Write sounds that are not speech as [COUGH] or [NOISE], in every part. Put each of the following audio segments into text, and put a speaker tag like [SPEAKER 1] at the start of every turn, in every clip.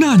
[SPEAKER 1] 大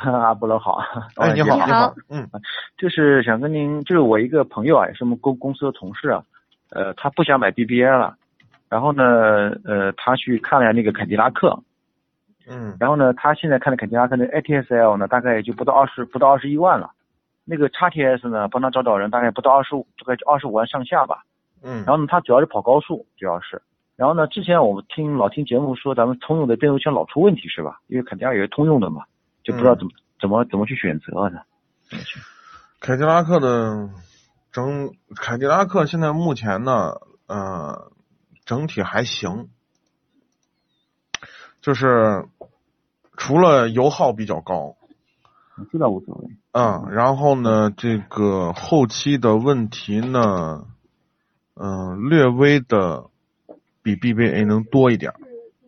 [SPEAKER 2] 嗯，
[SPEAKER 3] [LAUGHS] 阿波罗好，
[SPEAKER 4] 哎，你好，
[SPEAKER 2] 你
[SPEAKER 4] 你
[SPEAKER 2] 好
[SPEAKER 4] 好，嗯，
[SPEAKER 3] 就是想跟您，就是我一个朋友啊，也是我们公公司的同事啊，呃，他不想买 BBA 了，然后呢，呃，他去看了一下那个凯迪拉克，
[SPEAKER 4] 嗯，
[SPEAKER 3] 然后呢，他现在看的凯迪拉克的 ATS-L 呢，大概也就不到二十，不到二十一万了，那个 XTS 呢，帮他找找人，大概不到二十五，大概二十五万上下吧。
[SPEAKER 4] 嗯，
[SPEAKER 3] 然后呢，他主要是跑高速，主要是。然后呢，之前我们听老听节目说，咱们通用的变速箱老出问题是吧？因为肯定也是通用的嘛，就不知道怎么、怎么怎么去选择呢。
[SPEAKER 4] 凯迪拉克的整，凯迪拉克现在目前呢，呃，整体还行，就是除了油耗比较高，
[SPEAKER 3] 这倒无所谓。
[SPEAKER 4] 嗯，然后呢，这个后期的问题呢，嗯、略微的比 BBA 能多一点儿，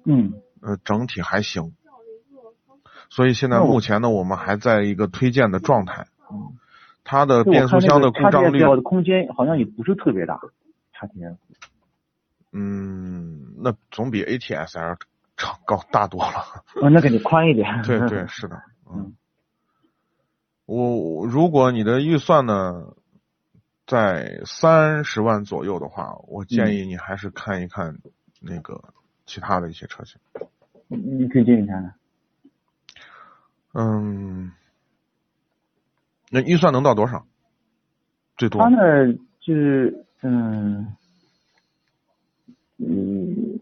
[SPEAKER 3] 嗯，
[SPEAKER 4] 呃，整体还行。所以现在
[SPEAKER 3] 那我
[SPEAKER 4] 目前呢，我们还在一个推荐的状态。它的
[SPEAKER 3] 就我
[SPEAKER 4] 变速
[SPEAKER 3] 看那
[SPEAKER 4] 箱
[SPEAKER 3] 个
[SPEAKER 4] 的故障
[SPEAKER 3] XTS
[SPEAKER 4] 率，
[SPEAKER 3] 要的空间好像也不是特别大，差点。
[SPEAKER 4] 嗯，那总比 ATS-L 长高大多了。 [LAUGHS]
[SPEAKER 3] 啊，那肯定宽一点。
[SPEAKER 4] 对对，是的，
[SPEAKER 3] 嗯
[SPEAKER 4] 嗯。我我如果你的预算呢在三十万左右的话，我建
[SPEAKER 3] 嗯
[SPEAKER 4] 议你还是看一看那个其他的一些车型。
[SPEAKER 3] 你你推荐一下呢？
[SPEAKER 4] 嗯，那预算能到多少？最多
[SPEAKER 3] 他呢，就是嗯嗯，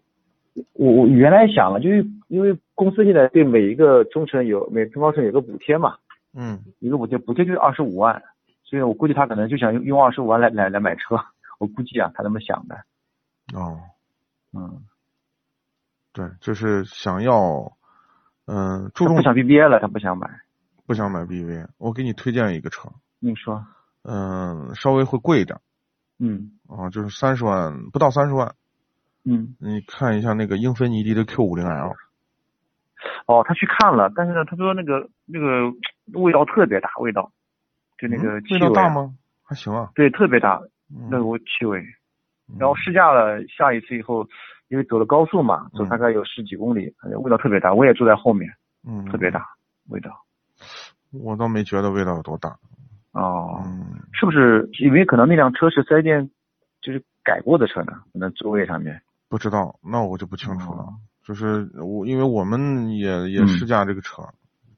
[SPEAKER 3] 我我原来想了，就是因为公司现在对每一个中层有每中高层有个补贴嘛，
[SPEAKER 4] 嗯
[SPEAKER 3] 一个补贴补贴就是二十五万，所以我估计他可能就想用用二十五万来来来买车，我估计啊，他这么想的。
[SPEAKER 4] 哦，
[SPEAKER 3] 嗯，
[SPEAKER 4] 对，就是想要嗯、注
[SPEAKER 3] 他
[SPEAKER 4] 重
[SPEAKER 3] 不想 BBA 了，他不想买。
[SPEAKER 4] 不想买 BV，我给你推荐一个车，
[SPEAKER 3] 你说，
[SPEAKER 4] 嗯，稍微会贵一点
[SPEAKER 3] 嗯
[SPEAKER 4] 啊，就是三十万不到三十万，
[SPEAKER 3] 嗯，
[SPEAKER 4] 你看一下那个英菲尼迪的 Q 五零 L，
[SPEAKER 3] 哦，他去看了，但是呢，他说那个那个味道特别大，味道，就那个
[SPEAKER 4] 嗯
[SPEAKER 3] 气
[SPEAKER 4] 味
[SPEAKER 3] 味、啊
[SPEAKER 4] 道大？吗？还行啊，
[SPEAKER 3] 对，特别大，
[SPEAKER 4] 嗯
[SPEAKER 3] 那股气味。
[SPEAKER 4] 嗯
[SPEAKER 3] 然后试驾了下一次以后，因为走了高速嘛，走
[SPEAKER 4] 嗯
[SPEAKER 3] 大概有十几公里，哎味道特别大，我也坐在后面，
[SPEAKER 4] 嗯
[SPEAKER 3] 特别，大味道。
[SPEAKER 4] 我倒没觉得味道有多大，
[SPEAKER 3] 哦，
[SPEAKER 4] 嗯，
[SPEAKER 3] 是不是因为可能那辆车是4 S 店就是改过的车呢？可能座位上面。
[SPEAKER 4] 不知道，那我就不清楚了。
[SPEAKER 3] 哦
[SPEAKER 4] 就是我，因为我们也也
[SPEAKER 3] 嗯
[SPEAKER 4] 试驾这个车，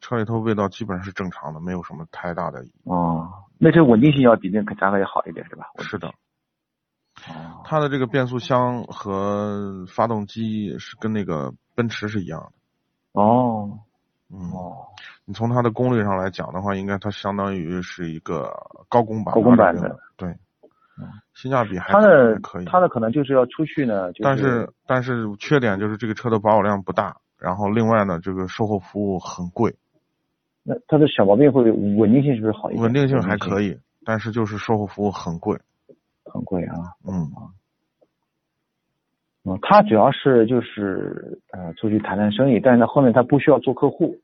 [SPEAKER 4] 车里头味道基本上是正常的，没有什么太大的。
[SPEAKER 3] 哦，那车稳定性要比那凯迪拉克要好一点，是吧？
[SPEAKER 4] 是的，
[SPEAKER 3] 哦，
[SPEAKER 4] 它的这个变速箱和发动机是跟那个奔驰是一样的。
[SPEAKER 3] 哦，
[SPEAKER 4] 嗯，
[SPEAKER 3] 哦，
[SPEAKER 4] 你从它的功率上来讲的话，应该它相当于是一个高功版
[SPEAKER 3] 高
[SPEAKER 4] 吧。
[SPEAKER 3] 功版
[SPEAKER 4] 这个
[SPEAKER 3] 的嗯
[SPEAKER 4] 对，性价比还
[SPEAKER 3] 它的
[SPEAKER 4] 还可以。
[SPEAKER 3] 它的可能就是要出去呢，就
[SPEAKER 4] 但是但是缺点就是这个车的保有量不大，然后另外呢，这个售后服务很贵，
[SPEAKER 3] 那它的小毛病会稳定性是不是好一点？
[SPEAKER 4] 稳定性还可
[SPEAKER 3] 以，
[SPEAKER 4] 以，但是就是售后服务很贵。
[SPEAKER 3] 很贵啊。
[SPEAKER 4] 嗯，
[SPEAKER 3] 嗯，他主要是就是呃出去谈谈生意，但是呢后面他不需要做客户，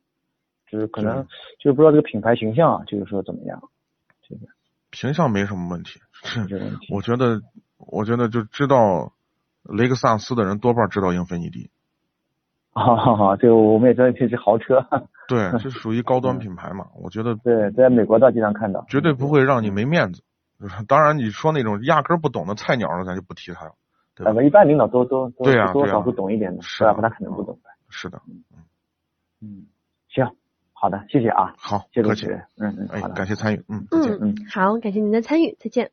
[SPEAKER 3] 就是可能
[SPEAKER 4] 是
[SPEAKER 3] 就是不知道这个品牌形象啊，就是说怎么样
[SPEAKER 4] 形象没什么问题。是
[SPEAKER 3] 这个问题。
[SPEAKER 4] 我觉得，我觉得就知道雷克萨斯的人多半知道英菲尼迪，
[SPEAKER 3] 哦好好好，这个我们也知道这是豪车，啊
[SPEAKER 4] 对，
[SPEAKER 3] [LAUGHS]
[SPEAKER 4] 这属于高
[SPEAKER 3] 嗯
[SPEAKER 4] 端品牌嘛。我觉得
[SPEAKER 3] 对，在美国大街上看到，呃
[SPEAKER 4] 绝对不会让你没面子。就是当然，你说那种压根儿不懂的菜鸟儿，咱就不提他了，对
[SPEAKER 3] 呃，
[SPEAKER 4] 吧
[SPEAKER 3] 不，？一般领导都都都
[SPEAKER 4] 对啊
[SPEAKER 3] 多
[SPEAKER 4] 对啊
[SPEAKER 3] 少会懂一点的，
[SPEAKER 4] 是
[SPEAKER 3] 要
[SPEAKER 4] 啊
[SPEAKER 3] 不然他肯定不懂的。
[SPEAKER 4] 是的，
[SPEAKER 3] 嗯，行，好的，谢谢啊，
[SPEAKER 4] 好，
[SPEAKER 3] 谢谢
[SPEAKER 4] 客
[SPEAKER 3] 主
[SPEAKER 4] 气
[SPEAKER 3] 持，人，嗯嗯，
[SPEAKER 4] 哎
[SPEAKER 3] 好，的，
[SPEAKER 4] 感谢参与，嗯，再见。
[SPEAKER 3] 嗯
[SPEAKER 2] 嗯，好，感谢您的参与，再见。